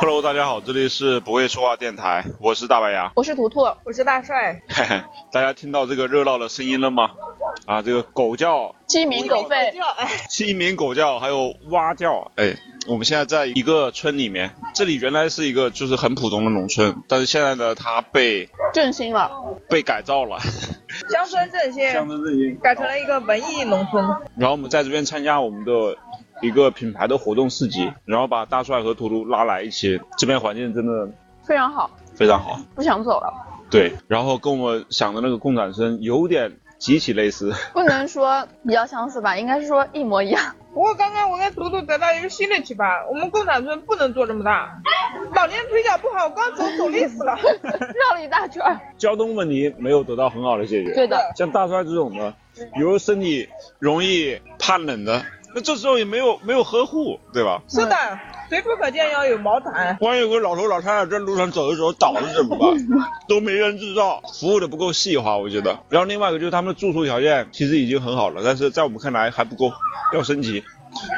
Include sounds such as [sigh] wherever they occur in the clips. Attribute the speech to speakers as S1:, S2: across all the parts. S1: Hello，大家好，这里是不会说话电台，我是大白牙。 [laughs]
S2: 我是图图，
S3: 我是大帅，
S1: 嘿嘿，大家听到这个热闹的声音了吗？啊，这个狗叫、
S2: 鸡鸣狗吠，
S3: 哎
S1: 鸡鸣狗叫，还有蛙叫。哎，我们现在在一个村里面，这里原来是一个就是很普通的农村，但是现在呢，它被
S2: 振兴了。
S1: 被改造了， [laughs]
S3: 乡村
S1: 乡
S3: 振兴
S1: 村振兴
S3: 改成了一个文艺农村。
S1: 然后我们在这边参加我们的一个品牌的活动市集，然后把大帅和图图拉来一起，这边环境真的
S2: 非常好，
S1: 非常好。
S2: 不想走了。
S1: 对，然后跟我想的那个共产生有点极其类似。
S2: 不能说比较相似吧，应该是说一模一样。 [laughs]
S3: 不过刚刚我跟图图得到一个新的启发，我们共产村不能做这么大，老年腿脚不好，我刚走走累死了。 [laughs]
S2: 绕了一大圈儿。
S1: 交通问题没有得到很好的解决。
S2: 对的，
S1: 像大帅这种的，比如身体容易怕冷的，那这时候也没有没有呵护，对吧？
S3: 是的，随处可见要有毛毯。
S1: 万一有个老头老太太在路上走的时候倒了怎
S2: [laughs]
S1: 么办？都没人知道，服务的不够细化，我觉得。然后另外一个就是他们的住宿条件其实已经很好了，但是在我们看来还不够，要升级，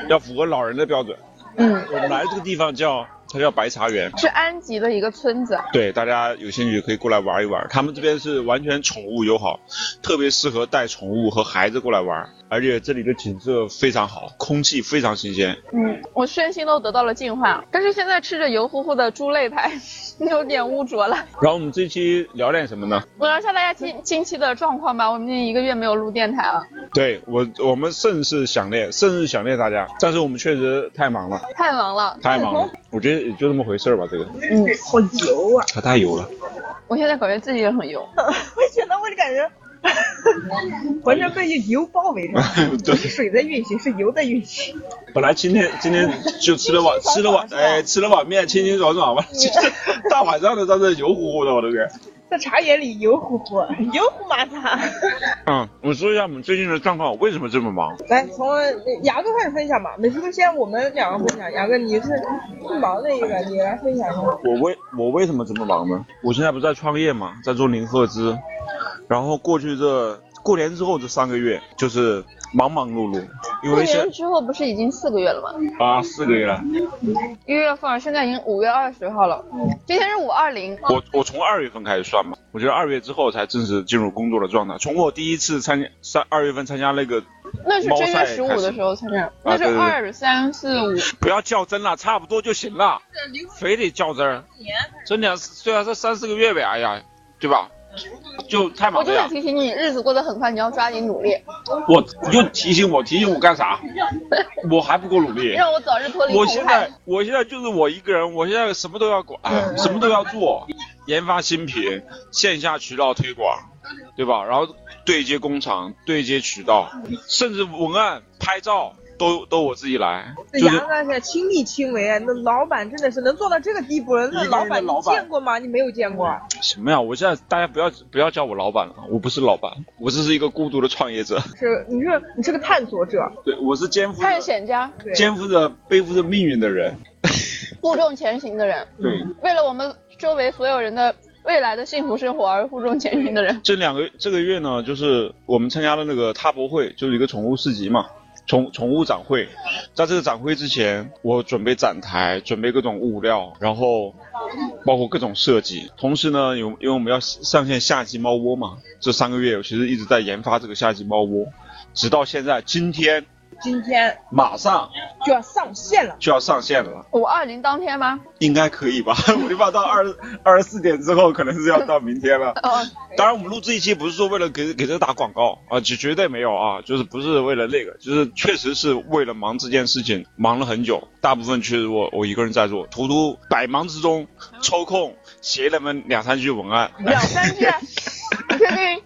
S1: 要符合老人的标准。
S2: 嗯，
S1: 我们来这个地方叫它叫白茶园，
S2: 是安吉的一个村子，
S1: 对，大家有兴趣可以过来玩一玩。他们这边是完全宠物友好，特别适合带宠物和孩子过来玩。而且这里的景色非常好，空气非常新鲜。
S2: 嗯，我身心都得到了净化，但是现在吃着油乎乎的猪肋排， [laughs] 有点污浊了。
S1: 然后我们这期聊点什么呢？
S2: 我聊一下大家近近期的状况吧，我们已经一个月没有录电台了，
S1: 对我，我们甚是想念，甚是想念大家，但是我们确实太忙了，
S2: 太忙了。
S1: 太忙了。我觉得也就这么回事儿吧，这个
S2: 嗯，
S3: 好油啊！ [laughs]
S1: 它太油了。
S2: 我现在感觉自己也很油。
S3: 我觉得我就感觉浑身被油包围着，不
S1: 对，
S3: 是水在运行，是油在运行。
S1: 本来今天今天就吃了碗吃了碗哎吃了碗面，清清爽爽吧，就是 [laughs] 大晚上的，但是油乎乎的，我的天。
S3: 在茶野里油乎乎，油乎麻擦。
S1: 嗯，我说一下我们最近的状况，为什么这么忙？
S3: 来，从牙哥开始分享吧。每次都先我们两个分享。牙哥，你是最忙的一个，你来分享一下。
S1: 我为我为什么这么忙呢？我现在不是在创业嘛，在做零赫兹，然后过去这过年之后这三个月就是忙忙碌碌，因
S2: 过
S1: 为是
S2: 年之后不是已经四个月了吗？
S1: 啊四个月了，
S2: 一月份，现在已经五月二十号了，今天是五二零，
S1: 我我从二月份开始算嘛，我觉得二月之后才正式进入工作的状态。从我第一次参加三二月份参加那个，
S2: 那是
S1: 猫
S2: 正
S1: 赛
S2: 月十五
S1: 开始啊
S2: 的时候参加，那是
S1: 对对啊对
S2: 二三四五，
S1: 不要较真了，差不多就行了，非得较真儿，真的啊虽然是三四个月呗，哎呀，对吧？就太
S2: 我
S1: 忙
S2: 就
S1: 了呀
S2: 是！提醒你，日子过得很快，你要抓紧努力，
S1: 我你就提醒我，提醒我干啥？我还不够努力。
S2: 让我早日脱离
S1: 我
S2: 苦
S1: 现在
S2: 海。
S1: 我现在就是我一个人，我现在什么都要管，什么都要做，研发新品，线下渠道推广，对吧？然后对接工厂，对接渠道，甚至文案、拍照都都我自己来，
S3: 这
S1: 就
S3: 牙
S1: 是
S3: 哥是亲力亲为，那老板真的是能做到这个地步，那老板你见过吗？你没有见过。
S1: 什么呀？我现在大家不要不要叫我老板了，我不是老板，我这是一个孤独的创业者， [laughs]
S3: 是，你是你是个探索者，
S1: 对我是肩负着
S2: 探险家，
S3: 对，
S1: 肩负着背负着命运的人，
S2: 负重前行的人，
S1: 对。
S2: 为了我们周围所有人的未来的幸福生活而负重前行的人。
S1: 这两个这个月呢，就是我们参加了那个踏博会，就是一个宠物市集嘛，宠宠物展会。在这个展会之前，我准备展台，准备各种物料，然后包括各种设计。同时呢，有因为我们要上线夏季猫窝嘛，这三个月我其实一直在研发这个夏季猫窝，直到现在，今天
S3: 今天
S1: 马上
S3: 就要上线了。
S1: 就要上线了，
S2: 五二零当
S1: [laughs]
S2: 天吗？
S1: 应该可以吧？我就怕到二二十四点之后，可能是要到明天了。
S2: 哦，
S1: 当然，我们录这一期不是说为了给给这个打广告啊，绝绝对没有啊，就是不是为了那个，就是确实是为了忙这件事情忙了很久，大部分确实我我一个人在做，图图百忙之中抽空写了那么两三句文案，
S2: 两三句，你确定？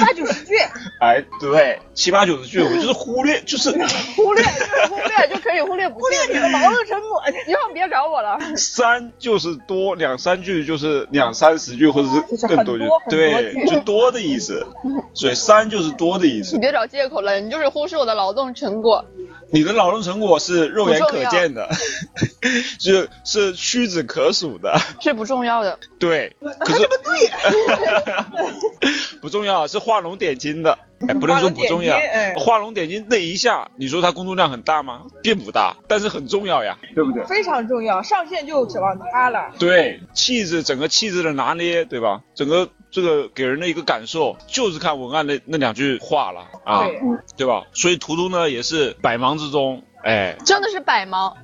S3: 八九十句，
S1: 哎，对不对？七八九十句，我就是忽略，就是
S2: 忽略就是忽略就可以忽略不
S3: 忽
S2: 计
S3: 略你的哎劳动成果，
S2: 以后别找我了。
S1: 三就是多，两三句就是两三十句，或者
S3: 啊就是是
S1: 更
S3: 很
S1: 句
S3: 多，很
S1: 对
S3: 多，句
S1: 就多的意
S3: [laughs]
S1: 思。所以三就是多的意
S2: 你
S1: 思。
S2: 别找借口了，你就是忽视我的劳动成果。
S1: 你的劳动成果是肉眼
S2: 不重
S1: 可
S2: 要
S1: 见的， [laughs] 是是屈指可数的，
S2: 是不重要的，
S1: 对。可是不重要，是画龙点睛的。哎， [laughs] 不能说不重要
S3: 画龙点，睛哎
S1: 画龙点睛那一下，你说它工作量很大吗？并不大，但是很重要呀，对不对？
S3: 非常重要，上线就指望他了。
S1: 对气质，整个气质的拿捏，对吧？整个这个给人的一个感受，就是看文案那那两句话了啊，
S3: 对
S1: 对吧？所以图图呢也是百忙之中，哎，
S2: 真的是百忙。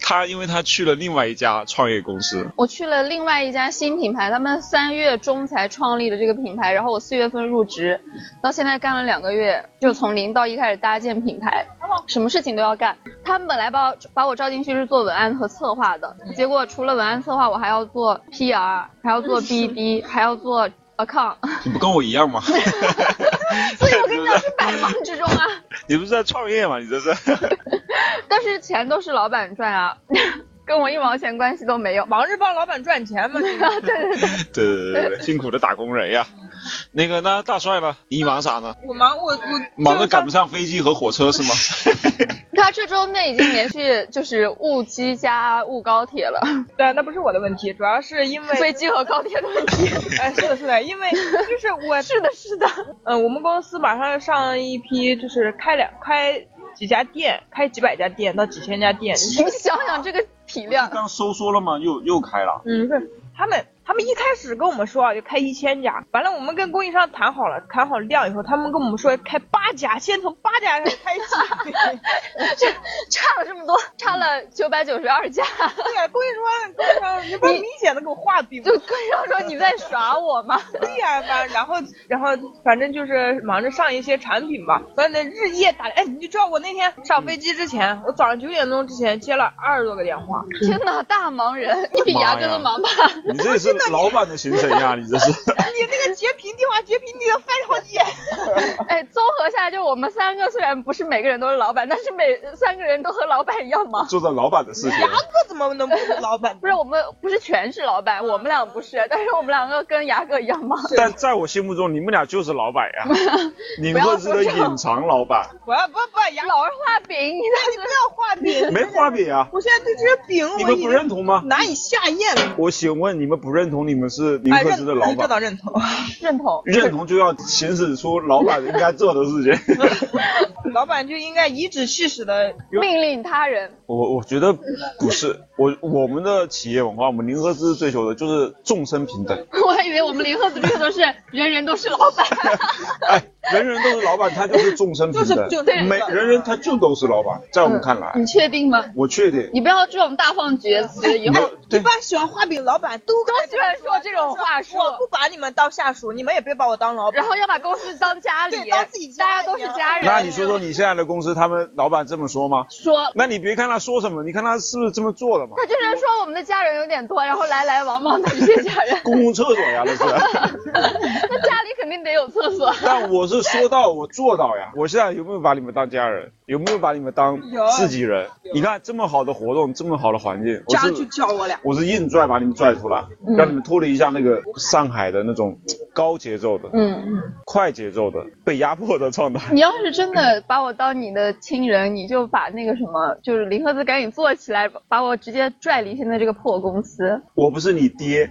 S1: 他因为他去了另外一家创业公司，
S2: 我去了另外一家新品牌，他们三月中才创立的这个品牌，然后我四月份入职，到现在干了两个月，就从零到一开始搭建品牌，什么事情都要干。他们本来把我把我招进去是做文案和策划的，结果除了文案策划，我还要做 PR，还要做 BD，还要做 account，
S1: 你不跟我一样吗？
S2: 所以我跟你讲是百忙之中啊。
S1: 你不是在创业吗？你这是 [laughs]
S2: 但是钱都是老板赚啊， [laughs] 跟我一毛钱关系都没有。
S3: 忙着帮老板赚钱嘛，
S1: [laughs]
S3: 这
S2: 对
S3: 个
S2: 对对，
S1: 对对对对，辛苦的打工人呀。那个，那大帅呢？你忙啥呢？
S3: 我忙我我
S1: 忙得赶不上飞机和火车是吗？
S2: 他这周内已经连续就是误机加误高铁了，
S3: 对，那不是我的问题，主要是因为
S2: 飞机和高铁的问题。
S3: [laughs] 哎，是的，是的，因为就是我，
S2: [laughs] 是的，是的，
S3: 嗯，我们公司马上要上一批，就是开两开几家店，开几百家店到几千家店，
S2: 你想想这个体量，
S1: 刚收缩了吗？又又开了。
S3: 嗯，是他们。他们一开始跟我们说啊，就开一千家，完了我们跟供应商谈好了，谈好量以后，他们跟我们说开八家，先从八家开始开起。
S2: 这 [laughs] 差了这么多，差了九百九十二家。
S3: 对呀、供应商，供应商，你不是明显的给我画饼吗
S2: 就跟上说你在耍我 [laughs] 吗？
S3: 对呀、反然后然后反正就是忙着上一些产品吧，反正日夜打。哎，你知道我那天上飞机之前，我早上九点钟之前接了二十多个电话，
S2: 天哪，大忙人，你比牙哥都忙吧？
S1: 你这也是老板的行程呀，你这是。
S3: 你那个截屏电话截屏，你要翻好几眼。 [laughs]
S2: 哎，综合下来，就我们三个虽然不是每个人都是老板，但是每三个人都和老板一样忙。
S1: 做着老板的事情。
S3: 这怎么能 [laughs] 不是老板
S2: 不？是我们不是全是老板，我们俩不是，但是我们两个跟牙哥一样忙。
S1: 但在我心目中，你们俩就是老板
S3: [laughs]
S1: 呀，你
S2: 不
S1: 各
S2: 要
S1: 自
S2: 说
S1: 的
S2: 这样
S1: 隐藏老板，
S3: 我要不不牙，
S2: 老是画饼，你在
S3: 你不要画饼。
S1: 没画饼啊？
S3: 我现在对这些饼
S1: 你
S3: 我
S1: 们不
S3: 已经
S1: 认同吗？
S3: 难以下咽了。
S1: 我请问你们不认同你们是林
S3: 哎，
S1: 克
S3: 认
S1: 斯的老
S3: 这
S1: 板？
S3: 倒认同， [laughs]
S2: 认同。
S1: 认同就要行使出老板应该做的事情。
S3: [laughs] 老板就应该颐指气使的。
S2: 命令他人，
S1: 我我觉得不是，我我们的企业文化，我们林克斯追求的就是众生平
S3: [laughs]
S1: 等。
S2: [laughs] 我还以为我们零和子这个都是人人都是老板，
S1: 哎，人人都是老板，他就是众生平等，
S3: 就是就是
S1: 每人人他就都是老板，在我
S3: 嗯
S1: 们看来，
S2: [laughs] 你确定吗？
S1: 我确定。
S2: 你不要这种大放厥
S3: [laughs]
S2: 词，以
S3: 嗯
S1: 你
S2: 后
S1: 们对
S3: 一般喜欢画饼老板都
S2: 都喜欢说这种话术
S3: 我不把你们当下属，你们也别把我当老板。
S2: 然后要把公司当家里，
S3: 对当自己
S2: 大
S3: 家
S2: 家都是家人。
S1: 那你说说你现在的公司，他们老板这么说吗？
S2: 说，
S1: 那你别看他说什么，你看他是不是这么做的嘛？，
S2: 他就是说我们的家人有点多，然后来来往往的一些
S3: [laughs]
S2: 家人
S1: 公共厕所呀，那是。 [laughs]
S2: 那家里肯定得有厕所。
S1: 但我是说到我做到呀。我现在有没有把你们当家人？有没有把你们当
S3: 有
S1: 自己人？你看这么好的活动，这么好的环境，我
S3: 家
S1: 是
S3: 就叫我俩。
S1: 我是硬拽把你们拽出来，
S2: 嗯
S1: 让你们脱离一下那个上海的那种高节奏的、
S2: 嗯，
S1: 快节奏的、被压迫的状态。
S2: [laughs] 你要是真的把我当你的亲人，你就把那个什么，就是林赫兹赶紧做起来，把我直接拽离现在这个破公
S3: [laughs]
S2: 司。
S1: 我不是你
S2: [laughs]
S1: 爹，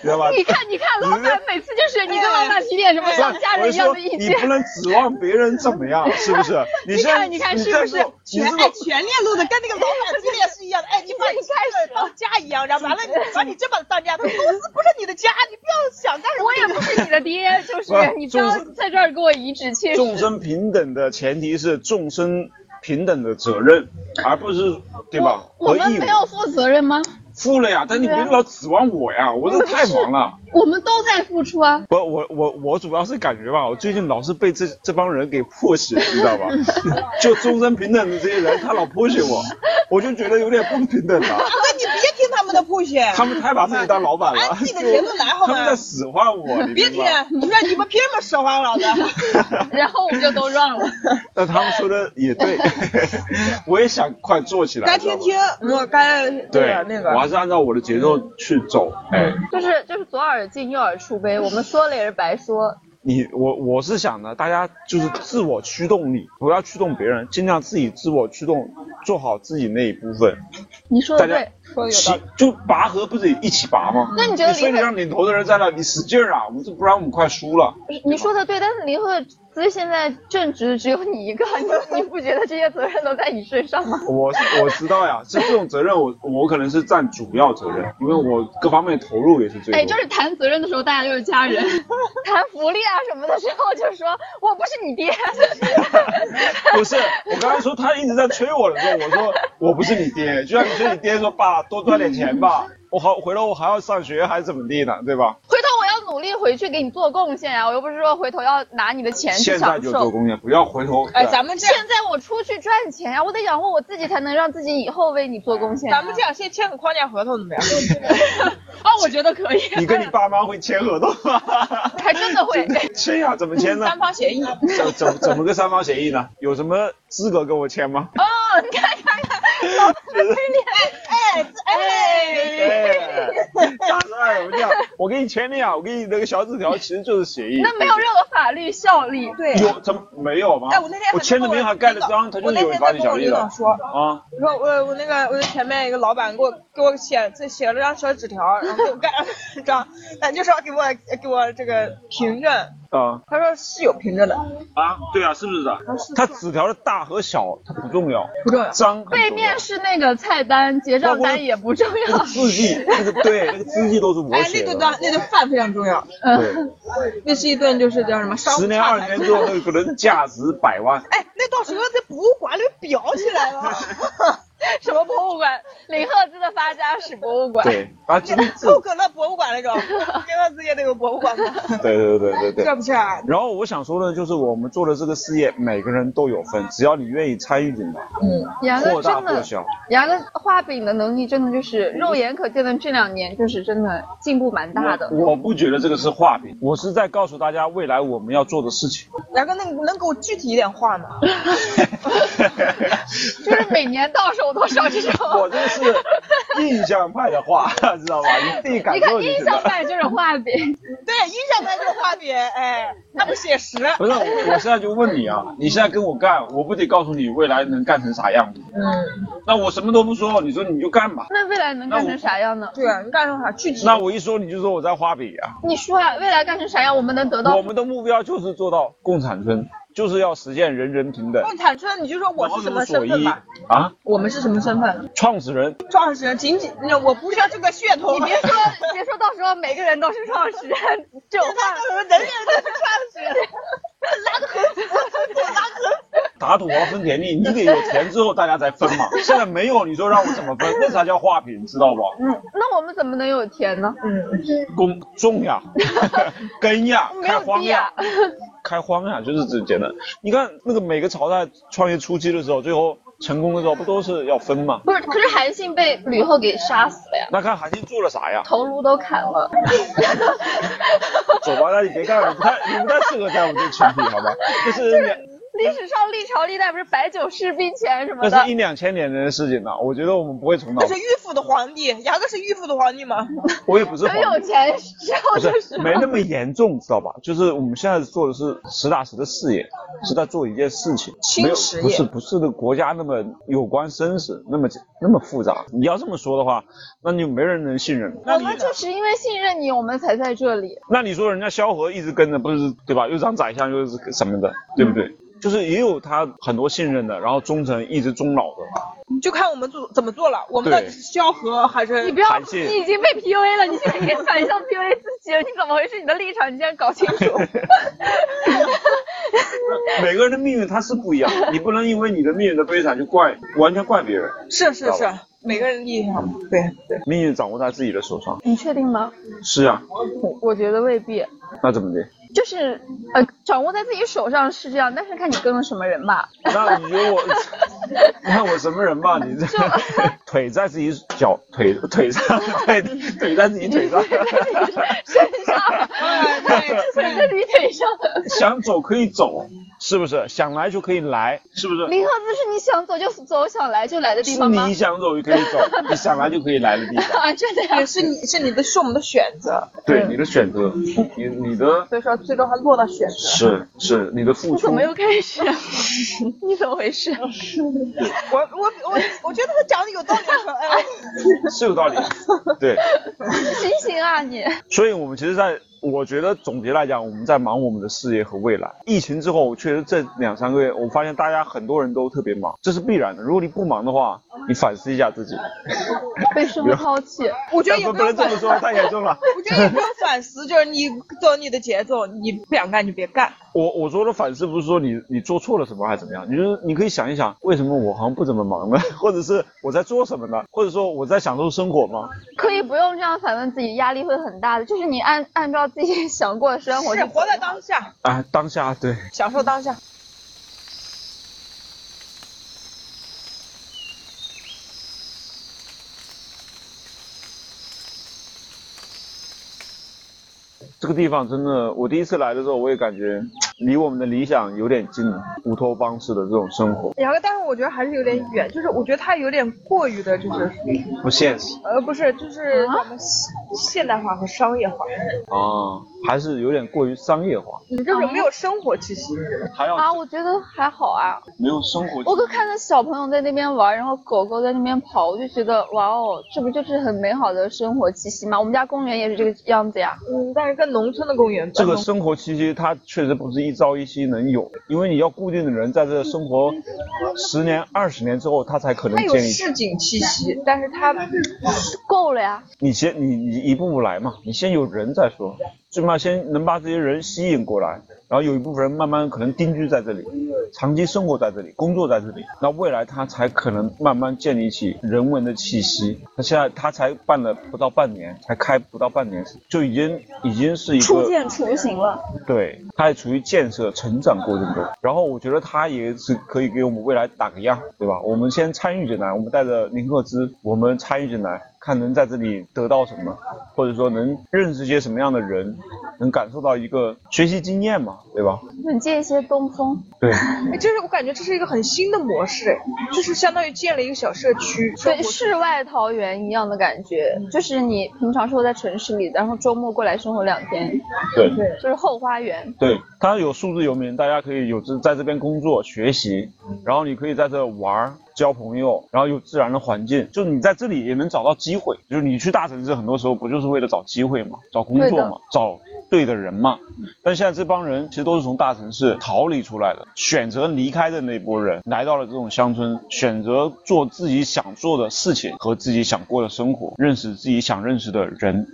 S1: 知道吧？
S2: 你看，你看，老板每次就是你跟老板提点什么
S1: 不是
S2: 像家人一样的意
S1: 我是说你，
S2: 见
S3: 嗯
S1: 不能指望别人怎么样，是不
S2: [laughs]
S1: 是？你现在
S2: 你看
S1: 你
S2: 你看
S1: 在
S2: 是不是
S1: 做你
S3: 全
S1: 这
S3: 哎
S1: 种，
S3: 全链路的跟那个老板激烈是一样的。哎，你把你开始当家一样，然后完了你把你真把他当家，他说公司不是你的家，你不要想干什么。
S2: 我也不是你的爹，就是
S1: 不是
S2: 你不要在这儿给我颐指 [laughs] 气使。
S1: 众生平等的前提是众生平等的责
S2: [laughs]
S1: 任，而不是对吧？
S2: 我
S1: 和
S2: 们
S1: 义务
S2: 没有负责任吗？啊
S1: 付了呀，但你别老指望我
S2: [laughs]
S1: 呀，我这太忙了。
S2: 我们都在付出啊。
S1: 不，我我我主要是感觉吧，我最近老是被这这帮人给迫使，你知道
S2: [laughs]
S1: 吧？就众生平等的这些人，他老迫使我，我就觉得有点不平等了。啊
S3: 对，你别听他们的 push。
S1: 他们太把自己当老板了，
S2: 哎
S3: 按自
S1: [laughs]
S3: 己的节奏来好
S2: 啊
S1: 他们在
S3: 吗？
S1: 使唤我，
S2: [laughs]
S1: 你
S3: 别
S1: 明
S3: 提
S1: 白吗？，
S3: 你说你们凭什么说话
S1: [laughs]
S3: 老子？
S2: 然后我们就都让了。
S1: 但他们说的也对， [laughs] 我也想快做起来。
S3: 该听
S1: 知
S3: 听
S1: 道吗，
S3: 我该那
S1: 对啊
S3: 个啊嗯那
S1: 我
S3: 个。
S1: 还是按照我的节奏去走。哎，
S2: [laughs] 就是就是左耳进右耳出呗，我们说了也是白说。
S1: 你我我是想的，大家就是自我驱动力，不要驱动别人，尽量自己自我驱动，做好自己那一部分。
S2: 你说
S1: 大
S2: 的
S1: 家
S2: 对，
S3: 说的有
S1: 起
S3: 道理。
S1: 就拔河不是也一起拔吗？
S2: 那你觉得
S1: 所以
S2: 林
S1: 你
S2: 肯
S1: 让领头的人在那，你使劲儿啊，我们这不然我们快输了。
S2: 你你说的对，但是林赫资现在正职只有你一个，你你不觉得这些责任都在你身
S1: [laughs]
S2: 上吗？
S1: 我是我知道呀，这这种责任我我可能是占主要责任，因为我各方面投入也是最多。
S2: 哎，就是谈责任的时候，大家就是家人； [laughs] 谈福利啊什么的时候，就说我不是你爹。 [laughs]
S1: [laughs] 不是我刚才说他一直在催我的时候，我说我不是你爹，就像你催你爹说爸多赚点钱
S2: [laughs]
S1: 吧，我好回头我还要上学还是怎么地呢，对吧？
S2: 回头我要努力回去给你做贡献啊！我又不是说回头要拿你的钱去
S1: 现在
S2: 享
S1: 就做
S2: 受。
S1: 贡献，不要回头。
S3: 哎，
S1: 对
S3: 咱们这
S2: 现
S3: 样，
S2: 在我出去赚钱呀、我得养活我自己，才能让自己以后为你做贡献、
S3: 咱们这，样先签个框架合同怎么样？
S2: 啊，我觉得可以，
S1: 你跟你爸妈会签合同 [laughs] 吗？
S2: 还真的 [laughs] 会。
S1: 签呀、怎么签呢？
S3: 三方协议。
S2: 嗯
S1: [laughs] 怎怎怎么个三方协议呢？有什么资格跟我签
S2: [laughs]
S1: 吗？
S2: 哦，你看看看，老板的
S3: 哎哎，
S1: 哎，大帅，我这样，我给你签的呀，我给你那个小纸条，其实就是协议。
S2: 那没有任何法律效力。
S3: 对。
S1: 有怎么没有吗？
S3: 哎，我那天还
S1: 签的名还盖了章，他
S3: 跟
S1: 就
S3: 我
S1: 有
S3: 领导
S1: 法律效
S3: 我那
S1: 力
S3: 天在跟我领导
S1: 了
S3: 说，
S1: 啊。
S3: 然后我我那个我的前面一个老板给我给我写这写了张小纸条，然后给我盖了张，但就是要给我给我这个凭证，
S1: 啊
S3: 他说是有凭证的，
S1: 啊，对啊，是不是的？
S2: 哦
S1: 他纸条的大和小，它不重要，
S3: 不重要。
S1: 章很重要
S2: 背面是那个菜单，结账单也不重
S1: 那个
S2: 要。
S1: 字迹，那个对，那个字迹都是我
S3: 哎，那
S1: 写
S3: 顿
S1: 的。
S3: 饭那顿饭非常重要，
S1: 对，
S2: [laughs]
S3: 那是一顿就是叫什么商务
S1: 十年
S3: 洽
S1: 二
S3: 谈
S1: 十年之后，那个可能价值百万。
S3: 哎， [laughs] 那到时候在博物馆里裱起
S1: [laughs]
S3: 来了。
S2: 什么博物馆？林赫兹的发家史博物馆。
S1: [laughs] 对，啊，这这
S2: [laughs]
S3: 扣可乐博物馆那种，联合之夜那个博物
S1: [laughs]
S3: 馆吗？
S1: 对对对对对
S3: 是
S1: 对。
S3: 不是啊？
S1: 然后我想说的就是我们做的这个事业，每个人都有份，只要你愿意参与进来，
S2: 牙
S1: 或
S2: 哥
S1: 大
S2: 真
S1: 或
S2: 的，
S1: 小。
S2: 牙哥画饼的能力真的就是肉眼可见的，这两年就是真的进步蛮大的。
S1: 我不觉得这个是画饼，我是在告诉大家未来我们要做的事情。 [laughs]
S3: 然后那能给我具体一点话吗？
S2: 就是每年到手多少这
S1: [laughs] 我
S2: 种，
S1: 这是印象派的话， [laughs] 知道吧？你自己感
S2: [laughs] 你
S1: 受
S2: 看
S1: 就
S2: 印
S1: 知
S2: 象
S1: 道。
S2: 派就是画饼，
S3: 对，印象派这个画饼，哎，那不写实。
S1: [laughs] 不是，我我现在就问你啊，你现在跟我干，我不得告诉你未来能干成啥样子？
S3: 嗯，
S1: 那我什么都不说，你说你就干吧。
S2: 那未来能干成啥样呢？
S3: 对啊，你干成啥具体？
S1: 那我一说你就说我在画饼啊。
S2: 你说啊，未来干成啥样，我们能得到
S1: 我们的目标就是做到共产村，就是要实现人人平等。
S3: 共产村，你就说我
S1: 劳
S3: 是什
S1: 有
S3: 么
S1: 所
S3: 身份
S1: 依
S3: 吧？
S1: 啊，
S3: 我们是什么身份？
S1: 创始人
S3: 创始人仅仅，那我不是要这个噱头。
S2: 你别说，别说到时候每个人都是创始人， [laughs] 这
S3: [laughs]
S2: 种
S3: 他
S2: 话
S3: 怎么人人都是创始人？
S1: 打土豪分田地，你得有田之后大家才分嘛。现在没有，你说让我怎么分？那才叫画饼，知道不？
S2: [laughs] 那我们怎么能有田呢？
S3: 嗯，
S1: 耕种
S2: [laughs]
S1: 呀，耕呀，
S2: 没
S1: 开
S2: 有
S1: 荒
S2: 地
S1: 呀，
S2: 啊，
S1: 开荒呀，就是这简单。你看那个每个朝代创业初期的时候，最后成功的时候不都是要分吗？
S2: 不是，可是韩信被吕后给杀死了呀，
S1: 那看韩信做了啥呀？
S2: 头颅都砍 [laughs] 了。
S1: 走吧，那你别干了，你不太你不太适合在我们这个群体，好吧？这是
S2: [laughs]
S1: 两
S2: 历史上历朝历代不是白酒事兵钱什么
S1: 那
S2: 的
S1: 是一，两千年的事情了，我觉得我们不会重蹈
S3: 那。是迂腐的皇帝，牙哥是迂腐的皇帝吗？
S1: 我也不是
S2: 等有
S1: 皇帝，
S2: 钱之后
S1: 不
S2: 就是
S3: [laughs]
S2: 是
S1: 没那么严重，知道吧？就是我们现在做的是实打实的事业，是在做一件事情，
S3: 轻
S1: 没有
S3: 实
S1: 不
S3: 业
S1: 是不是的国家那么有关生死，那么那么复杂。你要这么说的话，那就没人能信任。那
S2: 我
S1: 你
S2: 们就是因为信任你，我们才在这里。
S1: 那你说人家萧何一直跟着，不是对吧？又当宰相又是什么的，对不对？
S3: 嗯
S1: 就是也有他很多信任的，然后忠诚一直终老的。
S3: 就看我们做怎么做了，我们到底是萧何还是
S2: 你不要，
S1: 韩信
S2: 你已经被 PUA 了，你现在也反向 PUA 自己了，你怎么回事？你的立场你竟然搞 [laughs] 清楚。
S1: 每个人的命运他是不一样的，你不能因为你的命运的悲惨就怪完全怪别人，
S3: 是是
S1: 知道
S3: 是，每个人立场不对对。
S1: 命运掌握在自己的手上。
S2: 你确定吗？
S1: 是啊，
S2: 我我觉得未必。
S1: 那怎么的？
S2: 就是呃，掌握在自己手上是这样，但是看你跟了什么人 [laughs] 吧。
S1: [laughs] 那你觉得我，你看我什么人吧？你这腿在自己脚腿腿上，腿腿在自己腿上， [laughs]
S2: 身上，
S3: 哎对
S2: 在自己腿上。
S1: 想走可以走，是不是？想来就可以来，是不是？
S2: 零和子是你想走就走，想来就来的地
S1: 是
S2: 方吗
S1: 你？想走就可以走，你想来就可以来的地方。
S2: [laughs]
S1: 嗯
S2: 啊，真的呀
S3: [laughs] 也是你是你的是我们的选择，
S1: 对你的选择，你你的
S3: 所以说最终还落到选择。
S1: 是是你的付
S2: 你怎
S1: 出
S2: 么，又开始？你怎么回 [laughs] 事？
S3: 我我我我觉得他讲的有道理，我说哎，
S1: 是有道理。
S2: [laughs]
S1: 对，
S2: 醒醒啊你！
S1: 所以我们其实在，我觉得总结来讲，我们在忙我们的事业和未来。疫情之后，确实这两三个月，我发现大家很多人都特别忙，这是必然的。如果你不忙的话，你反思一下自己。
S2: 被生活抛弃，
S3: 我觉得也
S1: 不
S3: 不
S1: 不
S3: 用
S1: 能这
S3: 反
S1: 么，说，太严重了。
S3: 我觉得也不用反思，就是你走你的节奏，你不想干就别干。
S1: [laughs] 我我说的反思不是说你你做错了什么还是怎么样，你就是你可以想一想，为什么我好像不怎么忙呢？ [laughs] 或者是我在做什么呢？或者说我在享受生活吗？
S2: 可以不用这样反问自己，压力会很大的。就是你按按照自己想过的生活去
S3: 是活在当下，
S1: 啊，当下对。
S3: 享受当下。
S1: 这个地方真的，我第一次来的时候，我也感觉离我们的理想有点近了，乌托邦式的这种生活
S3: 然后，但是我觉得还是有点远，就是我觉得他有点过于的，就是
S1: 不现实
S3: 呃不是，就是我们现现代化和商业化，
S1: 啊，还是有点过于商业化，
S3: 你就是没有生活气息。
S1: 还要
S2: 啊，我觉得还好啊。
S1: 没有生活。
S2: 我哥看着小朋友在那边玩，然后狗狗在那边跑，我就觉得哇哦，这不就是很美好的生活气息吗？我们家公园也是这个样子呀。
S3: 嗯，但是跟农村的公园，
S1: 这个生活气息，它确实不是一朝一夕能有的，因为你要固定的人在这生活十年、二十年之后，他才可能
S3: 它有
S1: 建立。
S3: 市井气息，但是它
S2: 够了呀，
S1: 你先，你你一步步来嘛，你先有人再说，最起码先能把这些人吸引过来，然后有一部分人慢慢可能定居在这里，长期生活在这里，工作在这里，那未来他才可能慢慢建立起人文的气息。他现在他才办了不到半年，才开不到半年，就已经已经是一个
S4: 初见雏形了。
S1: 对，它也处于建设成长过程中。然后我觉得它也是可以给我们未来打个样，对吧？我们先参与进来，我们带着零赫兹，我们参与进来，看能在这里得到什么，或者说能认识些什么样的人，能感受到一个学习经验嘛，对吧？
S2: 能借一些东风。
S1: 对，
S3: 哎，这是我感觉这是一个很新的模式，哎就是相当于建了一个小社区，
S2: 对，
S3: 生活嗯
S2: 世外桃源一样的感觉，就是你平常生活在城市里，然后周末过来生活两天，
S1: 对。
S2: 就是后花园。
S1: 对，它有数字游民，大家可以有这在这边工作学习，
S2: 嗯
S1: 然后你可以在这玩儿交朋友，然后有自然的环境，就是你在这里也能找到机会。就是你去大城市，很多时候不就是为了找机会嘛，找工作
S2: 对的
S1: 嘛，找对的人嘛。但现在这帮人其实都是从大城市逃离出来的，选择离开的那波人来到了这种乡村，选择做自己想做的事情和自己想过的生活，认识自己想认识的人。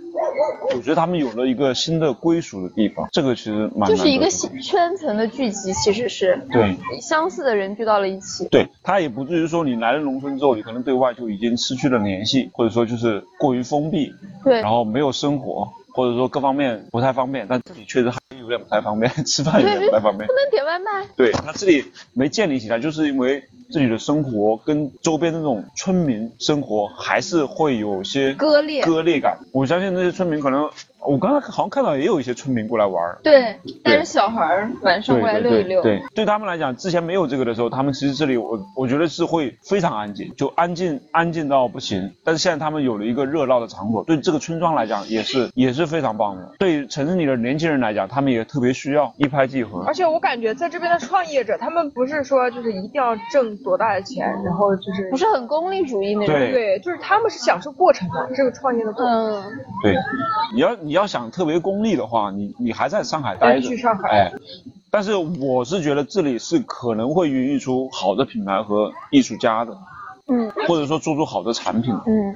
S1: 我觉得他们有了一个新的归属的地方，这个其实蛮难
S2: 就是一
S1: 得
S2: 个
S1: 的
S2: 新圈层的聚集，其实是
S1: 对
S2: 相似的人聚到了一起。
S1: 对，他也不至于说你来了农村之后，你可能对外就已经失去了联系，或者说就是过于封闭，
S2: 对
S1: 然，后没有生活，或者说各方面不太方便。但这里确实还有点不太方便， [laughs] 吃饭有点不太方便
S2: 不。能点外卖。
S1: 对他这里没建立起来，就是因为这里的生活跟周边的那种村民生活还是会有些
S2: 割裂
S1: 割裂感。我相信那些村民可能，我刚才好像看到也有一些村民过来玩儿，
S2: 对，带着小孩儿晚上
S1: 对
S2: 过来
S1: 对
S2: 溜一溜。
S1: 对，对对他们来讲，之前没有这个的时候，他们其实这里我我觉得是会非常安静，就安静安静到不行。但是现在他们有了一个热闹的场所，对这个村庄来讲也是也是非常棒的。对城市里的年轻人来讲，他们也特别需要一拍即合。
S3: 而且我感觉在这边的创业者，他们不是说就是一定要挣多大的钱，然后就是
S2: 不是很功利主义那种。
S1: 对
S3: 对，就是他们是享受过程的，这个创业的过程。
S2: 嗯，
S1: 对，你要你要想特别功利的话，你你还在上海待着，
S3: 去上海
S1: 哎。但是我是觉得这里是可能会孕育出好的品牌和艺术家的，
S2: 嗯，
S1: 或者说做出好的产品。
S2: 嗯，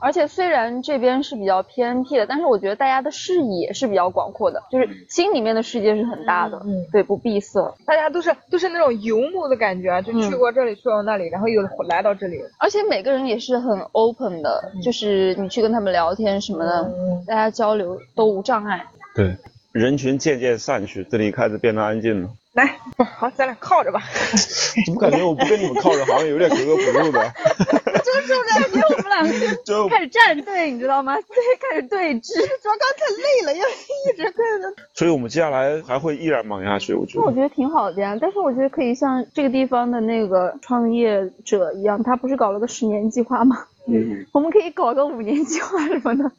S2: 而且虽然这边是比较偏僻的，但是我觉得大家的视野是比较广阔的，就是心里面的世界是很大的，
S3: 嗯嗯
S2: 对，不闭塞。
S3: 大家都是都是那种游牧的感觉，就去
S2: 嗯
S3: 过这里，去过那里，然后又来到这里。
S2: 而且每个人也是很 open 嗯
S3: 嗯
S2: 的，就是你去跟他们聊天什么的，大家交流都无障碍。
S1: 对，人群渐渐散去，这里开始变得安静了。
S3: 来，好，咱俩靠着吧。
S1: 怎么感觉我不跟你们靠着，好像有点格格不入的？
S2: [laughs] 就是感觉我们两个
S1: 就
S2: 开始站队，你知道吗？对，开始对峙。
S3: 主要刚才累了，要一直跟着。
S1: 所以我们接下来还会依然忙下去，我觉
S2: 那我
S1: 得。
S2: 觉得挺好的呀，但是我觉得可以像这个地方的那个创业者一样，他不是搞了个十年计划吗？
S1: 嗯，
S2: 我们可以搞个五年计划什么的，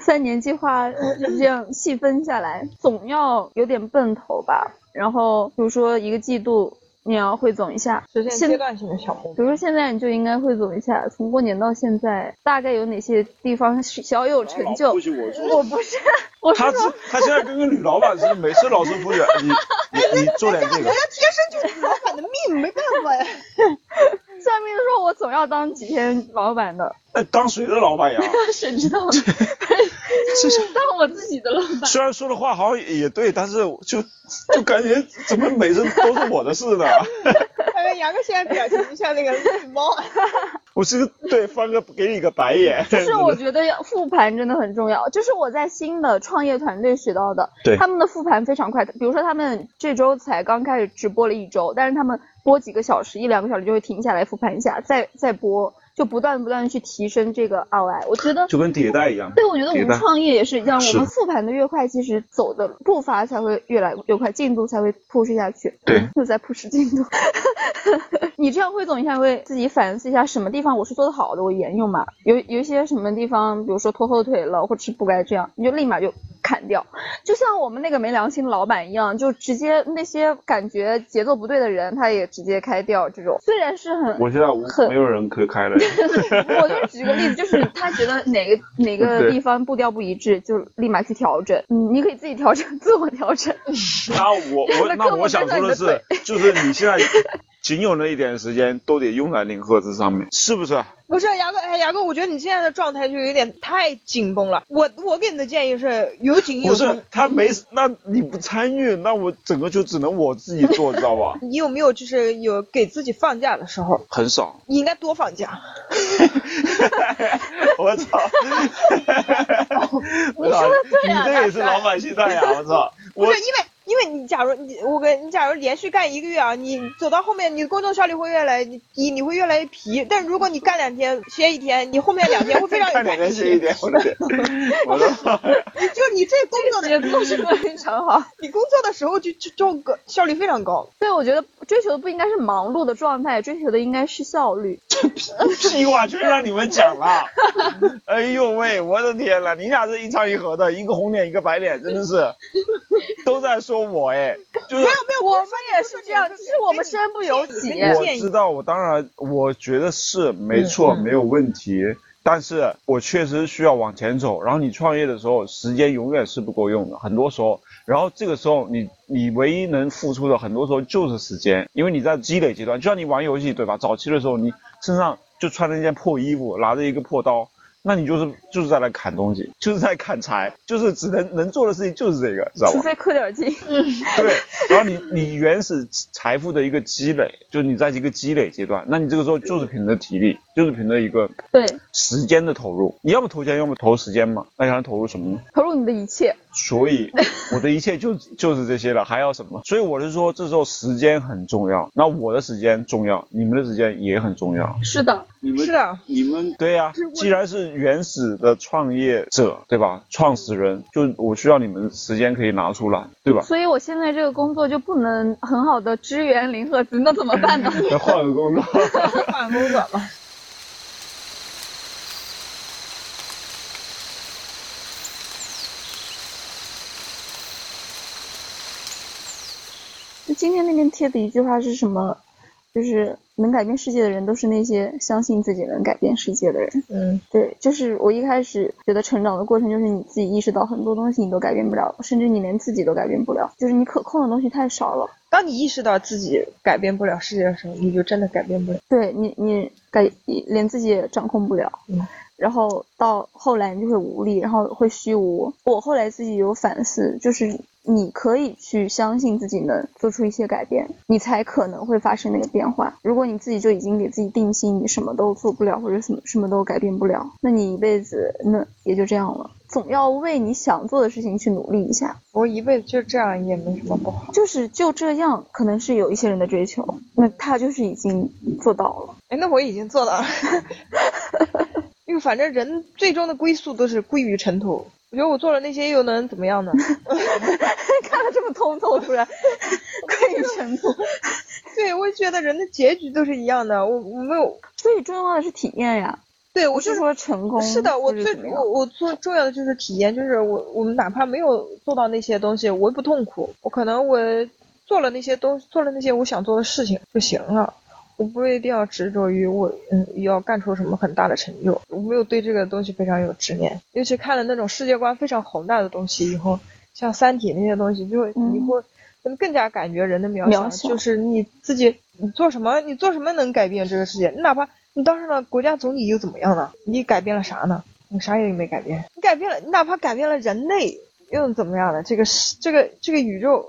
S2: 三年计划呃这样细分下来，总要有点奔头吧。然后比如说一个季度你要汇总一下，
S3: 实现
S2: 现
S3: 阶段性的小目
S2: 比
S3: 标。
S2: 如说现在你就应该汇总一下，从过年到现在大概有哪些地方是小有成就。
S1: 不许我说。
S2: 我不是，我是
S1: 他
S2: 说
S1: 这他现在跟个女老板似的，每次老是服务员，你你你做点这个。
S3: 天生就是老板的命，没办法呀。
S2: 下面说我总要当几天老板的，
S1: 哎，当谁的老板呀？
S2: 谁知 [laughs] 道？当我自己的老板。
S1: 虽然说的话好像也对，但是就 [laughs] 就感觉怎么每次都是我的事呢？ [laughs]
S3: 他跟哎杨哥现在表情就像那个绿猫。
S1: 我是对翻个给你个白 [laughs] 眼。
S2: 就是我觉得要复盘真的很重要，就是我在新的创业团队学到的，
S1: 对
S2: 他们的复盘非常快。比如说他们这周才刚开始直播了一周，但是他们播几个小时，一两个小时就会停下来复盘一下，再再播，就不断不断的去提升这个 ROI。我觉得，
S1: 就跟迭代一样。
S2: 对，我觉得我
S1: 迭
S2: 们
S1: 代
S2: 创业也是一样，
S1: 是
S2: 我们复盘的越快，其实走的步伐才会越来越快，进度才会 push 下去。
S1: 对，
S2: 又在 push 进度。 [laughs] 你这样汇总一下，为自己反思一下，什么地方我是做的好的，我沿用嘛。有有一些什么地方，比如说拖后腿了，或者是不该这样，你就立马就砍掉。就像我们那个没良心的老板一样，就直接那些感觉节奏不对的人，他也直接开掉。这种虽然是很
S1: 我现在无
S2: 很
S1: 没有人可以开了。
S2: 我就是举个例子，就是他觉得哪个哪个
S1: 对
S2: 地方步调不一致，就立马去调整。嗯，你可以自己调整，自我调整。
S1: [laughs] 那我我那我想说的是， [laughs] 就是你现在仅有那一点时间都得用在零赫兹上面，是不是？
S3: [laughs] 不是牙哥，哎，牙哥，我觉得你现在的状态就有点太紧绷了。我我给你的建议是有紧有
S1: 不是
S3: 松。
S1: 他没，那你不参与，那我整个就只能我自己做，知道吧？
S3: 你有没有就是有给自己放假的时候？
S1: 很少，
S3: 你应该多放假。
S1: [laughs] 我操！
S2: 你说的对
S1: 你
S2: 啊
S1: 这也是老百姓代呀！啊我操！
S3: 不
S1: 我
S3: 是因为，因为你假如你我跟你假如连续干一个月啊，你走到后面你的工作效率会越来你你你会越来越疲，但如果你干两天歇一天，你后面两天会非常
S1: [laughs]
S3: 有
S1: 看
S3: 干
S1: 点
S3: 劲。
S1: 人性一点，我的天！我操！
S3: 就是你这工作的
S2: [laughs] 节奏是 [laughs] 非常好。
S3: 你工作的时候就就就个效率非常高。
S2: 对，我觉得追求的不应该是忙碌的状态，追求的应该是效率。
S1: 屁话全让你们讲了。 [laughs] 哎呦喂，我的天呐，你俩这一唱一和的，一个红脸一个白脸，真的是都在说我哎，就是
S3: 没有，我们也是
S2: 这样，其实我们身不由己。
S3: 没有
S1: 我知道，我当然我觉得是没错，没有问题。但是我确实需要往前走。然后你创业的时候，时间永远是不够用的，很多时候。然后这个时候你，你唯一能付出的，很多时候就是时间，因为你在积累阶段。就像你玩游戏，对吧？早期的时候，你身上就穿着一件破衣服，拿着一个破刀，那你就是就是在那砍东西，就是在 [laughs] 砍柴，就是只能能做的事情就是这个，知道吧
S2: 除？非氪点金，
S1: [laughs] 对，然后你你原始财富的一个积累，就你在一个积累阶段，那你这个时候就是凭着体力，就是凭着一个
S2: 对，
S1: 时间的投入，你要么投钱，要么投时间嘛，那你还能投入什么呢？
S2: 投入你的一切。
S1: 所以我的一切就 [laughs] 就是这些了，还要什么？所以我是说，这时候时间很重要，那我的时间重要，你们的时间也很重要。
S2: 是的，
S1: 你
S3: 是的，
S1: 你们对呀、既然是原始的创业者，对吧？创始人，就我需要你们时间可以拿出来，对吧？
S2: 所以我现在这个工作就不能很好的支援零赫兹，那怎么办呢？
S1: 再换个工作。
S3: 换工作嘛。
S2: 就今 [laughs] 天那篇贴的一句话是什么？就是能改变世界的人，都是那些相信自己能改变世界的人。
S3: [laughs] 嗯，
S2: 对，就是我一开始觉得成长的过程，就是你自己意识到很多东西你都改变不了，甚至你连自己都改变不了，就是你可控的东西太少了。
S3: 当你意识到自己改变不了世界的时候，你就真的改变不了。
S2: 对你，你改你连自己也掌控不了，
S3: 嗯
S2: 然后到后来你就会无力，然后会虚无。我后来自己有反思，就是你可以去相信自己能做出一些改变，你才可能会发生那个变化。如果你自己就已经给自己定性，你什么都做不了或者什么什么都改变不了，那你一辈子那也就这样了。总要为你想做的事情去努力一下。
S3: 我一辈子就这样也没什么不好。
S2: 就是就这样，可能是有一些人的追求，那他就是已经做到了。
S3: 哎，那我已经做到了。 [laughs] 因为反正人最终的归宿都是归于尘土。我觉得我做了那些又能怎么样呢？ [laughs]
S2: [laughs] 看得这么通透，突然归于尘土。
S3: 对，我觉得人的结局都是一样的。我我没有，
S2: 最重要的是体验呀，
S3: 对我
S2: 不
S3: 就是
S2: 说成功。
S3: 是的，我
S2: 或者
S3: 最
S2: 怎么样
S3: 我我最重要的就是体验，就是我我们哪怕没有做到那些东西，我也不痛苦，我可能我做了那些东做了那些我想做的事情就行了。我不一定要执着于我，嗯，要干出什么很大的成就。我没有对这个东西非常有执念，尤其看了那种世界观非常宏大的东西以后，像《三体》那些东西，就会
S2: 嗯
S3: 你会更加感觉人的渺
S2: 渺小
S3: 就是你自己，你做什么，你做什么能改变这个世界？你哪怕你当上了国家总理又怎么样呢？你改变了啥呢？你啥也没改变。你改变了，你哪怕改变了人类又怎么样呢？这个世，这个这个宇宙，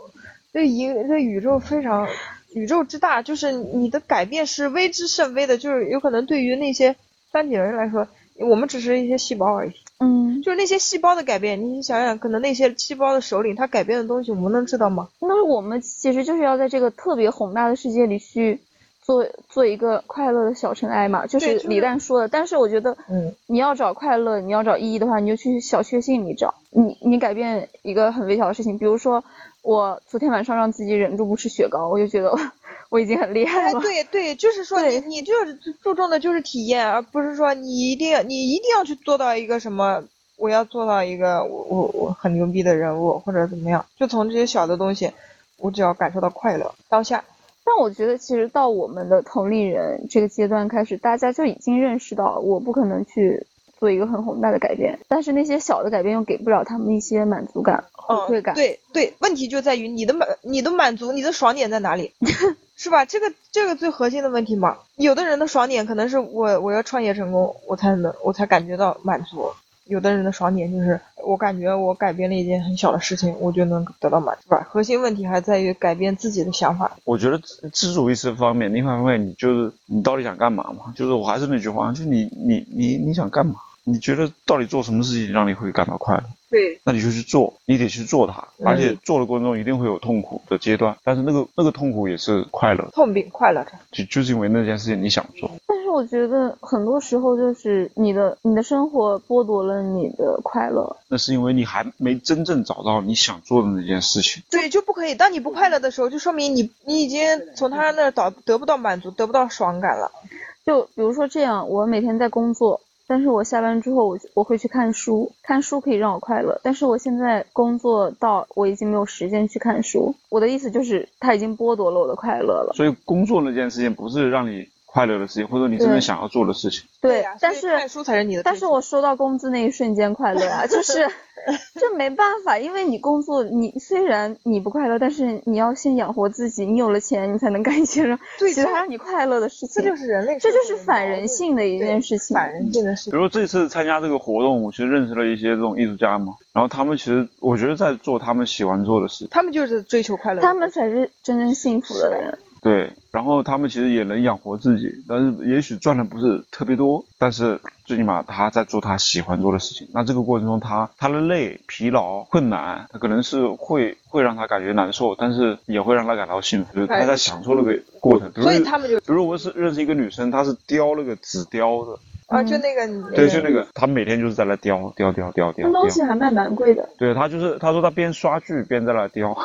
S3: 这一这宇宙非常，宇宙之大，就是你的改变是微之甚微的，就是有可能对于那些三体人来说，我们只是一些细胞而已。
S2: 嗯，
S3: 就是那些细胞的改变，你想想，可能那些细胞的首领他改变的东西，我们能知道吗？
S2: 那我们其实就是要在这个特别宏大的世界里去做做一个快乐的小尘埃嘛，就是
S3: 就是
S2: 李诞说的。但是我觉得，
S3: 嗯，
S2: 你要找快乐，你要找意义的话，你就去小确幸里找。你你改变一个很微小的事情，比如说我昨天晚上让自己忍住不吃雪糕，我就觉得 [laughs] 我已经很厉害
S3: 哎，
S2: 了。
S3: 对对，就是说你
S2: 对
S3: 你就是注重的就是体验，而不是说你一定要你一定要去做到一个什么，我要做到一个我我我很牛逼的人物或者怎么样，就从这些小的东西，我只要感受到快乐当下。
S2: 但我觉得，其实到我们的同龄人这个阶段开始，大家就已经认识到，我不可能去做一个很宏大的改变，但是那些小的改变又给不了他们一些满足感、回
S3: 嗯，
S2: 馈感。
S3: 对对，问题就在于你的满你的满足你的爽点在哪里， [laughs] 是吧？这个这个最核心的问题嘛。有的人的爽点可能是我我要创业成功，我才能我才感觉到满足。有的人的爽点就是我感觉我改变了一件很小的事情，我就能得到满足，是吧？核心问题还在于改变自己的想法。
S1: 我觉得自自主意识方面，另一方面你就是你到底想干嘛嘛？就是我还是那句话，就你你你你想干嘛？你觉得到底做什么事情让你会感到快乐？
S3: 对，
S1: 那你就去做，你得去做它，
S3: 嗯
S1: 而且做的过程中一定会有痛苦的阶段，但是那个那个痛苦也是快乐的，
S3: 痛并快乐着。
S1: 就就是因为那件事情你想做。
S2: 但是我觉得很多时候就是你的你的生活剥夺了你的快乐，
S1: 那是因为你还没真正找到你想做的那件事情。
S3: 对，就不可以。当你不快乐的时候，就说明你你已经从他那儿得得不到满足，得不到爽感了。
S2: 就比如说这样，我每天在工作，但是我下班之后我我会去看书，看书可以让我快乐。但是我现在工作到我已经没有时间去看书，我的意思就是他已经剥夺了我的快乐了。
S1: 所以工作那件事情不是让你快乐的事情，或者你真正
S2: 对
S1: 想要做的事情。
S2: 对，
S3: 呀
S2: 但
S3: 所
S2: 是
S3: 以看书才是你的追求。
S2: 但是我收到工资那一瞬间快乐啊，
S3: [laughs]
S2: 就是这没办法，因为你工作，你虽然你不快乐，但是你要先养活自己，你有了钱，你才能干一些让 [laughs]
S3: 对
S2: 其
S3: 这
S2: 他让你快乐的事情。
S3: 这就是人类
S2: 这
S3: 社会的
S2: 就
S3: 矛
S2: 是
S3: 盾，
S2: 反人性的一件事情。
S3: 反人性的事
S1: 比
S3: 情。
S1: 如说这次参加这个活动，我其实认识了一些这种艺术家嘛，然后他们其实我觉得在做他们喜欢做的事，
S3: 他们就是追求快乐的
S2: 他
S3: 人，
S2: 们才是真正幸福的人。
S1: 对，然后他们其实也能养活自己，但是也许赚的不是特别多，但是最起码他在做他喜欢做的事情。那这个过程中他他的累、疲劳、困难，他可能是会会让他感觉难受，但是也会让他感到幸福，就是他在享受那个过程。比如
S3: 所以他们就
S1: 比如我是认识一个女生，她是雕那个纸雕的，
S3: 啊，
S2: 嗯
S3: 就那个你
S1: 对，就那个，她每天就是在那雕雕雕雕雕雕。
S2: 还卖蛮贵的，
S1: 对她就是，她说她边刷剧边在那雕，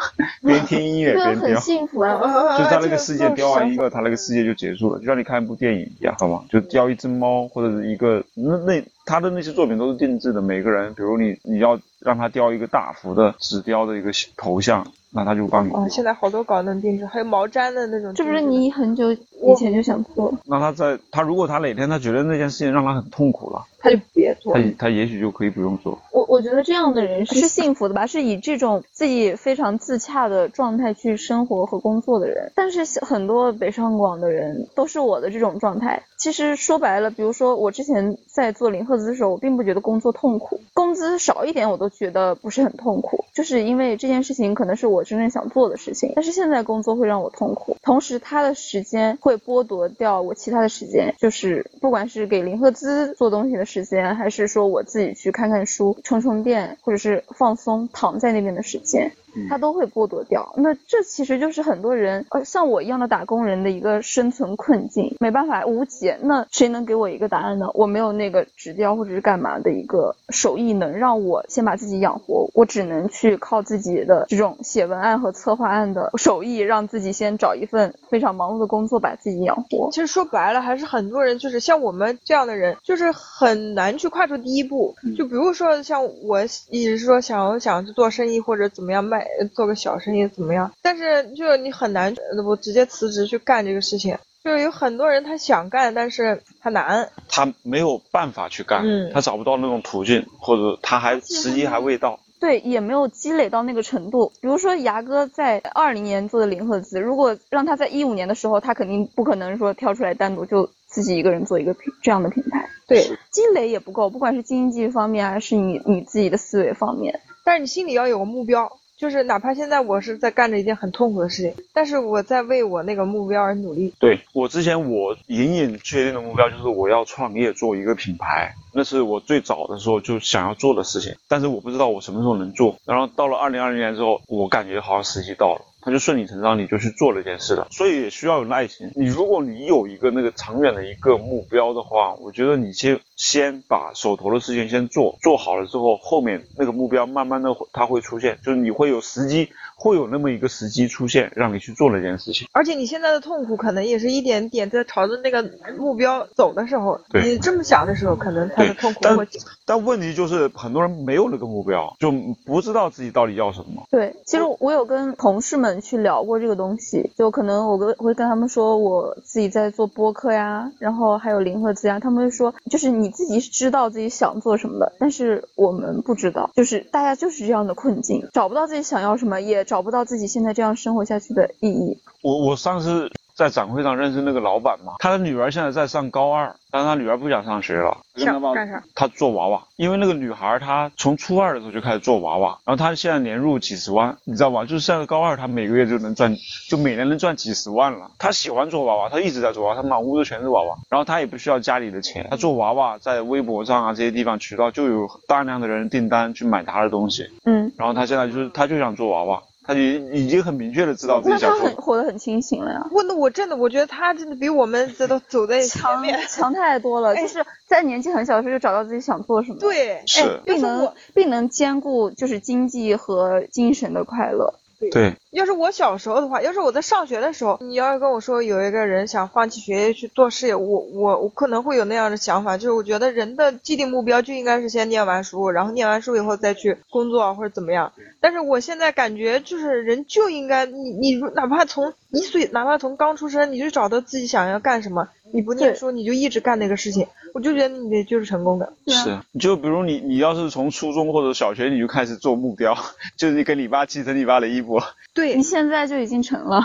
S1: 边听音乐
S2: 这
S1: 边
S2: 样 [laughs]
S1: 雕
S2: 很。幸福
S3: 啊
S2: 啊。
S3: 啊啊
S1: 就是他
S3: 啊
S1: 那个世界雕完一
S3: 个
S1: 个，他那个世界就结束了，就像你看一部电影一样，好吗？就雕一只猫或者是一个那那他的那些作品都是定制的，每个人，比如你你要让他雕一个大幅的纸雕的一个头像，那他就帮你
S3: 啊，现在好多稿能定制，还有毛毡的那种定制的，
S2: 这不是你很久以前就想做了？
S1: 那他在他如果他哪天他觉得那件事情让他很痛苦了，
S3: 他就别做
S1: 他，他也许就可以不用做。
S2: 我我觉得这样的人啊是幸福的吧，是以这种自己非常自洽的状态去生活和工作的人。但是很多北上广的人都是我的这种状态。其实说白了，比如说我之前在做零赫兹的时候，我并不觉得工作痛苦，工资少一点我都觉得不是很痛苦，就是因为这件事情可能是我真正想做的事情。但是现在工作会让我痛苦，同时他的时间会剥夺掉我其他的时间，就是不管是给零赫兹做东西的时间，还是说我自己去看看书、充充电，或者是放松躺在那边的时间，他都会剥夺掉。那这其实就是很多人，呃，像我一样的打工人的一个生存困境，没办法无解。那谁能给我一个答案呢？我没有那个执教或者是干嘛的一个手艺，能让我先把自己养活，我只能去靠自己的这种写文案和策划案的手艺，让自己先找一份非常忙碌的工作把自己养活。
S3: 其实说白了，还是很多人就是像我们这样的人，就是很难去跨出第一步。
S2: 嗯
S3: 就比如说像我一直说想要想去做生意或者怎么样卖，做个小生意怎么样，但是就是你很难，呃我直接辞职去干这个事情。就是有很多人他想干，但是他难。
S1: 他没有办法去干，
S3: 嗯
S1: 他找不到那种途径，或者他还时机还未到。
S2: 对，也没有积累到那个程度。比如说牙哥在二零年做的零赫兹，如果让他在一五年的时候，他肯定不可能说挑出来单独就自己一个人做一个品这样的品牌，
S3: 对，
S2: 积累也不够，不管是经济方面还是你你自己的思维方面。
S3: 但是你心里要有个目标，就是哪怕现在我是在干着一件很痛苦的事情，但是我在为我那个目标而努力。
S1: 对我之前我隐隐确定的目标就是我要创业做一个品牌，那是我最早的时候就想要做的事情，但是我不知道我什么时候能做。然后到了二零二零年之后，我感觉好像时机到了。他就顺理成章，你就去做了一件事了，所以也需要有耐心。你如果你有一个那个长远的一个目标的话，我觉得你先先把手头的事情先做，做好了之后，后面那个目标慢慢的它会出现，就是你会有时机，会有那么一个时机出现，让你去做了一件事情。
S3: 而且你现在的痛苦，可能也是一点点在朝着那个目标走的时候，
S1: 对
S3: 你这么想的时候，可能他的
S1: 对
S3: 痛苦
S1: [laughs] 但
S3: 会
S1: 但问题就是很多人没有那个目标，就不知道自己到底要什么。
S2: 对，其实我有跟同事们去聊过这个东西，就可能我跟会跟他们说我自己在做播客呀，然后还有零赫兹呀，他们会说就是你自己是知道自己想做什么的，但是我们不知道，就是大家就是这样的困境，找不到自己想要什么，也找不到自己现在这样生活下去的意义。
S1: 我我上次在展会上认识那个老板嘛，他的女儿现在在上高二，但是他女儿不想上学了，跟他
S3: 想
S1: 爸
S3: 干啥？
S1: 他做娃娃，因为那个女孩她从初二的时候就开始做娃娃，然后她现在年入几十万，你知道吗？就是现在高二，她每个月就能赚，就每年能赚几十万了。她喜欢做娃娃，她一直在做娃娃，她满屋子全是娃娃，然后她也不需要家里的钱，她做娃娃在微博上啊这些地方渠道就有大量的人订单去买她的东西，
S2: 嗯，
S1: 然后他现在就是他就想做娃娃，他已已经很明确的知道自己
S2: 那
S1: 想
S2: 他
S1: 做
S2: 很。活得很清醒了呀。
S3: 我那我真的，我觉得他真的比我们这都走在 [laughs] 前
S2: 强
S3: 面。
S2: 强太多了，
S3: [laughs] 哎
S2: 就是在年纪很小的时候就找到自己想做什么。
S3: 对，
S1: 是
S3: 哎要
S2: 并
S3: 是
S2: 能
S3: 我，
S2: 并能兼顾就是经济和精神的快乐。
S1: 对，
S3: 要是我小时候的话，要是我在上学的时候，你要是跟我说有一个人想放弃学业去做事业，我我我可能会有那样的想法，就是我觉得人的既定目标就应该是先念完书，然后念完书以后再去工作或者怎么样。但是我现在感觉就是人就应该你你如哪怕从一岁，哪怕从刚出生，你就找到自己想要干什么，你不念
S2: 对
S3: 书你就一直干那个事情，我就觉得你就是成功的。
S2: 对啊
S1: 是。就比如你，你要是从初中或者小学你就开始做目标，就是你跟你爸继承你爸的衣钵。
S3: 对
S2: 你，现在就已经成了，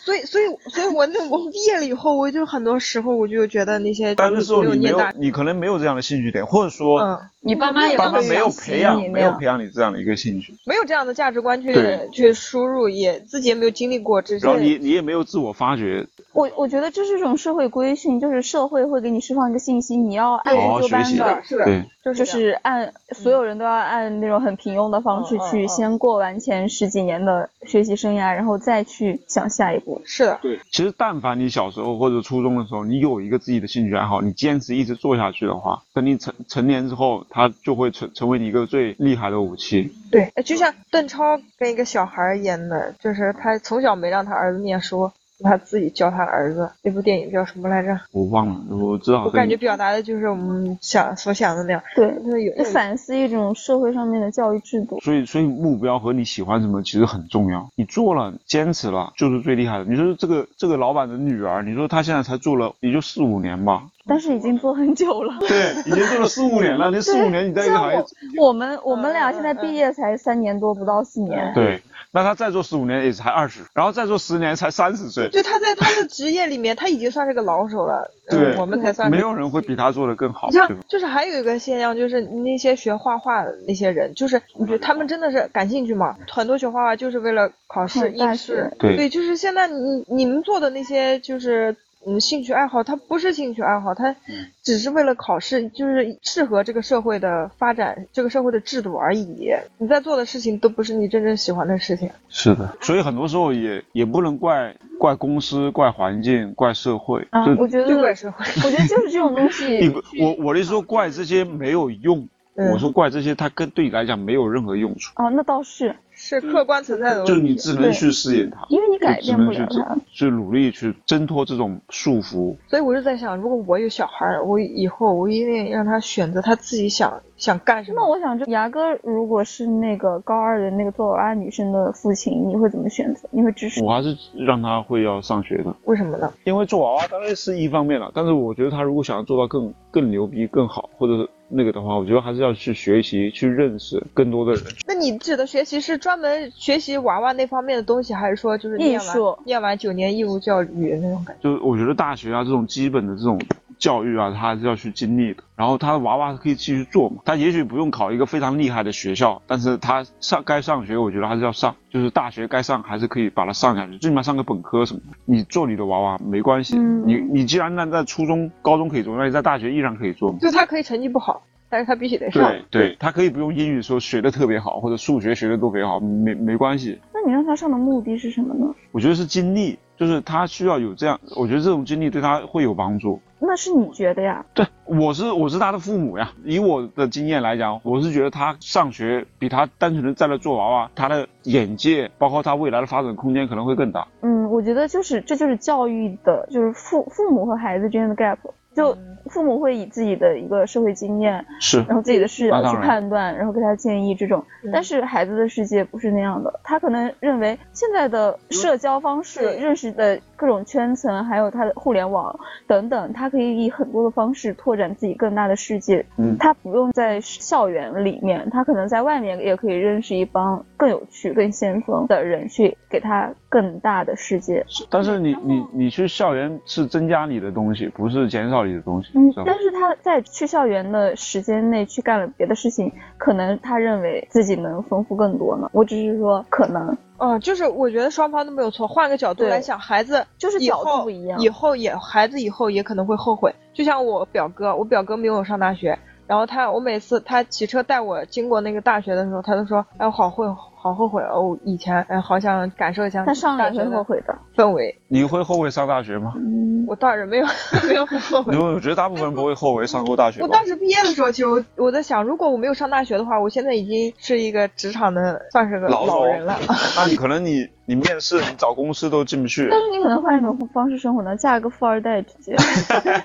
S3: 所以所以所以我那我毕业了以后，我就很多时候我就觉得那些
S1: 但那时候
S3: 没有
S1: 你没
S3: 念
S1: 有
S3: 大，
S1: 你可能没有这样的兴趣点，或者说
S3: 嗯。
S2: [laughs] 你爸妈也
S1: 爸妈
S2: 会
S1: 没有
S2: 想起
S1: 培养
S2: 你，那
S1: 没有
S2: 样
S1: 培养你这样的一个兴趣，
S3: 没有这样的价值观去
S1: 对
S3: 去输入，也自己也没有经历过这些
S1: 然。后你你也没有自我发掘，
S2: 我我觉得这是一种社会规训，就是社会会给你释放一个信息，你要按
S1: 好好
S2: 部就
S1: 哦学习
S2: 班的，
S3: 是的，
S1: 对，
S3: 就是
S2: 就
S3: 这样
S2: 是按所有人都要按那种很平庸的方式
S3: 嗯嗯
S2: 去
S3: 嗯
S2: 先过完前十几年的学习生涯，然后再去想下一步。
S3: 是的，
S1: 对，其实但凡你小时候或者初中的时候，你有一个自己的兴趣爱好，你坚持一直做下去的话，等你成成年之后，它就会成成为你一个最厉害的武器。
S3: 对，哎就像邓超跟一个小孩儿演的，就是他从小没让他儿子念书，他自己教他儿子。那部电影叫什么来着？
S1: 我忘了，我知道。
S3: 我感觉表达的就是我们想所想的那样。
S2: 对，
S3: 就是有
S2: 就反思一种社会上面的教育制度。
S1: 所以，所以目标和你喜欢什么其实很重要。你做了，坚持了，就是最厉害的。你说这个这个老板的女儿，你说她现在才做了也就四五年吧？
S2: 但是已经做很久了。 [laughs]
S1: 对， [laughs] 已经做了四五年了。那四五年你在一个行业，
S2: 我们我们俩
S3: 嗯
S2: 现在
S3: 嗯
S2: 毕业才三年多，不到四年。
S1: 对，那她再做十五年也才二十，然后再做十年才三十岁，
S3: 就他在他的职业里面，他已经算是个老手了。
S1: 对
S3: 嗯我们才算
S1: 没
S3: 是
S1: 有人会比她做的更好，
S3: 你
S1: 对吧
S3: 像？就是还有一个现象，就是那些学画画的那些人，就是你觉得他们真的是感兴趣嘛？很多学画画就是为了考试、
S2: 考大
S3: 应试
S2: 学，
S1: 对
S3: 就是现在你你们做的那些就是。嗯兴趣爱好，它不是兴趣爱好，它
S1: 嗯
S3: 只是为了考试，就是适合这个社会的发展，这个社会的制度而已。你在做的事情都不是你真正喜欢的事情。
S1: 是的，所以很多时候也也不能怪怪公司、怪环境、怪社会，
S2: 啊
S1: 就，
S2: 我觉
S3: 对
S2: 得
S3: 怪社会，
S2: 我觉得就是这种东西
S1: 你，我我的意思说怪这些没有用，
S3: 嗯
S1: 我说怪这些，它跟对你来讲没有任何用处，
S2: 哦，那倒是，
S3: 是客观存在的问
S1: 就
S3: 题。
S1: 你只能去适应它，
S2: 因为你改
S1: 就只
S2: 变不
S1: 能
S2: 了
S1: 去
S2: 它。
S1: 去努力去挣脱这种束缚。
S3: 所以我就在想，如果我有小孩儿，我以后我一定让他选择他自己想想干什
S2: 那
S3: 么。
S2: 我想知道，牙哥如果是那个高二的那个做娃娃女生的父亲，你会怎么选择？你会支持？
S1: 我还是让他会要上学的，
S3: 为什么呢？
S1: 因为做娃娃当然是一方面了，但是我觉得他如果想要做到更更牛逼、更好，或者是那个的话，我觉得还是要去学习、去认识更多的人。
S3: 那你指的学习是专门学习娃娃那方面的东西，还是说就是念
S2: 艺术
S3: 完念完九年义务教育那种感觉？
S1: 就是我觉得大学啊这种基本的这种教育啊，他还是要去经历的。然后他的娃娃可以继续做嘛，他也许不用考一个非常厉害的学校，但是他上该上学，我觉得还是要上，就是大学该上还是可以把它上下去，最起码上个本科什么的。你做你的娃娃没关系，
S2: 嗯
S1: 你你既然那在初中、高中可以做，那你在大学依然可以做嘛。
S3: 就他可以成绩不好，但是他必须得上。
S1: 对对，他可以不用英语说学的特别好，或者数学学的特别好，没没关系，
S2: 那你让他上的目的是什么呢？
S1: 我觉得是经历，就是他需要有这样，我觉得这种经历对他会有帮助。
S2: 那是你觉得呀？
S1: 对，我是我是他的父母呀。以我的经验来讲，我是觉得他上学比他单纯的在那做娃娃，他的眼界，包括他未来的发展空间可能会更大。
S2: 嗯，我觉得就是这就是教育的，就是父父母和孩子之间的 gap。就
S3: 嗯
S2: 父母会以自己的一个社会经验，
S1: 是
S2: 然后自己的视角
S1: 那当
S2: 去
S1: 然
S2: 判断，然后给他建议这种。
S3: 嗯
S2: 但是孩子的世界不是那样的，他可能认为现在的社交方式、
S3: 对
S2: 认识的各种圈层，还有他的互联网等等，他可以以很多的方式拓展自己更大的世界。
S1: 嗯
S2: 他不用在校园里面，他可能在外面也可以认识一帮更有趣、更先锋的人，去给他更大的世界。
S1: 但是你
S3: 嗯
S2: 然后
S1: 你你去校园是增加你的东西，不是减少你的东西，
S2: 嗯
S1: 知道，吧
S2: 但？是他在去校园的时间内去干了别的事情，可能他认为自己能丰富更多呢。我只是说可能，
S3: 哦，就是我觉得双方都没有错。换个角度
S2: 对
S3: 来想，孩子
S2: 就是
S3: 以
S2: 角度
S3: 后
S2: 不一样
S3: 以后也孩子以后也可能会后悔。就像我表哥，我表哥没有上大学，然后他我每次他骑车带我经过那个大学的时候，他都说：“哎，我好后好后悔哦，我以前哎好想感受一下
S2: 他上
S3: 大
S2: 来
S3: 学
S2: 会后
S3: 的
S2: 悔的。
S3: 氛围。
S1: 你会后悔上大学吗？
S2: 嗯，
S3: 我倒是没有 [laughs] 没有后悔
S1: 因。为我觉得大部分人不会后悔上过大学
S3: 我
S1: 吧
S3: 当。时毕业的时候，其实我我在想，如果我没有上大学的话，我现在已经是一个职场的，算是个
S1: 老
S3: 老人了。， [laughs]
S1: 那你可能你你面试你找公司都进不去，
S2: 但
S3: 嗯
S2: 是你可能换一种方式生活呢，嫁个富二代直接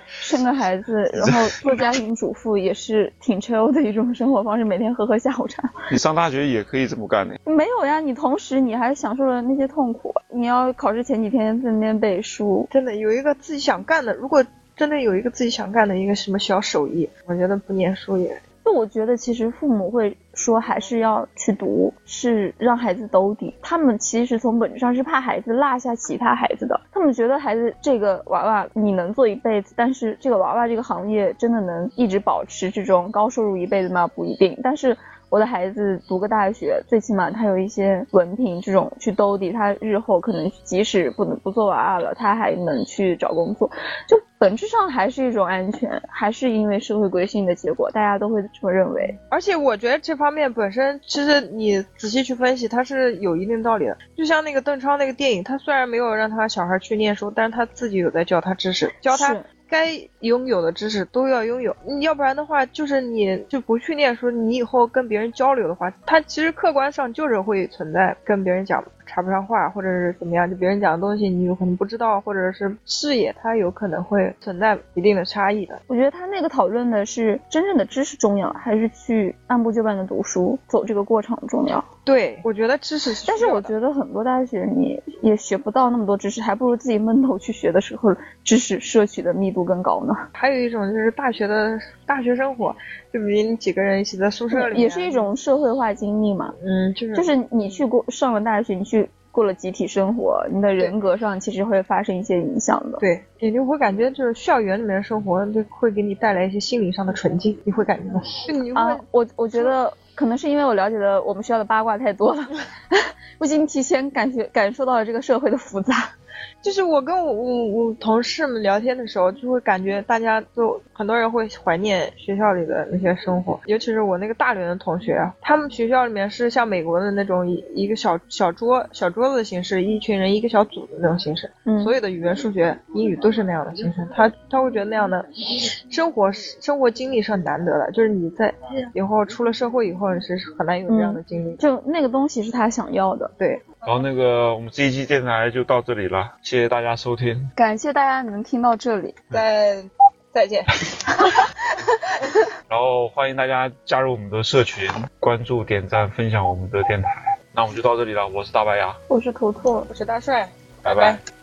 S2: 生个孩子，然后做家庭主妇也是挺 chill 的一种生活方式，每天喝喝下午茶。
S1: 你上大学也可以这么干的。
S2: 没有呀，你同时你还享受了那些痛苦，你要考试前几天在那边背书，
S3: 真的有一个自己想干的，如果真的有一个自己想干的一个什么小手艺，我觉得不念书也
S2: 就我觉得，其实父母会说还是要去读，是让孩子兜底。他们其实从本质上是怕孩子落下其他孩子的。他们觉得孩子这个娃娃你能做一辈子，但是这个娃娃这个行业真的能一直保持这种高收入一辈子吗？不一定。但是我的孩子读个大学，最起码他有一些文凭，这种去兜底，他日后可能即使不能不做娃娃了，他还能去找工作，就本质上还是一种安全，还是因为社会规训的结果，大家都会这么认为。
S3: 而且我觉得这方面本身，其实你仔细去分析，它是有一定道理的。就像那个邓超那个电影，他虽然没有让他小孩去念书，但是他自己有在教他知识，教他
S2: 是
S3: 该拥有的知识都要拥有。你要不然的话，就是你就不去念书，你以后跟别人交流的话，他其实客观上就是会存在跟别人讲插不上话，或者是怎么样，就别人讲的东西你有可能不知道，或者是视野它有可能会存在一定的差异的。
S2: 我觉得他那个讨论的是真正的知识重要，还是去按部就班的读书，走这个过程重要。
S3: 对，我觉得知识需要
S2: 但
S3: 的，
S2: 是我觉得很多大学你也学不到那么多知识，还不如自己闷头去学的时候，知识摄取的密度更高呢。
S3: 还有一种就是大学的大学生活，就比你几个人一起在宿舍里面
S2: 也是一，种社会化经历嘛，
S3: 嗯，就是
S2: 就是你去过上了大学，你去过了集体生活，你的人格上其实会发生一些影响的。
S3: 对，也就会感觉就是校园里面的生活，就会给你带来一些心灵上的纯净，你会感觉到。就你会、
S2: 啊啊，我我觉得可能是因为我了解的我们学校的八卦太多了，我已经提前感觉感受到了这个社会的复杂。
S3: 就是我跟我我我同事们聊天的时候，就会感觉大家都很多人会怀念学校里的那些生活，尤其是我那个大连的同学，啊他们学校里面是像美国的那种一一个小小桌小桌子的形式，一群人一个小组的那种形式，
S2: 嗯
S3: 所有的语文、数学、英语都是那样的形式。他他会觉得那样的生活是生活经历是很难得的，就是你在以后出了社会以后，你是很难有这样的经历。
S2: 就那个东西是他想要的。
S3: 对，
S1: 然后那个我们这一期电台就到这里了，谢谢大家收听。
S2: 感谢大家能听到这里，
S3: 再再见。 [laughs]
S1: 然后欢迎大家加入我们的社群，关注、点赞、分享我们的电台。那我们就到这里了，我是大白牙，
S2: 我是图图。
S3: 我是大帅。
S1: 拜
S3: 拜拜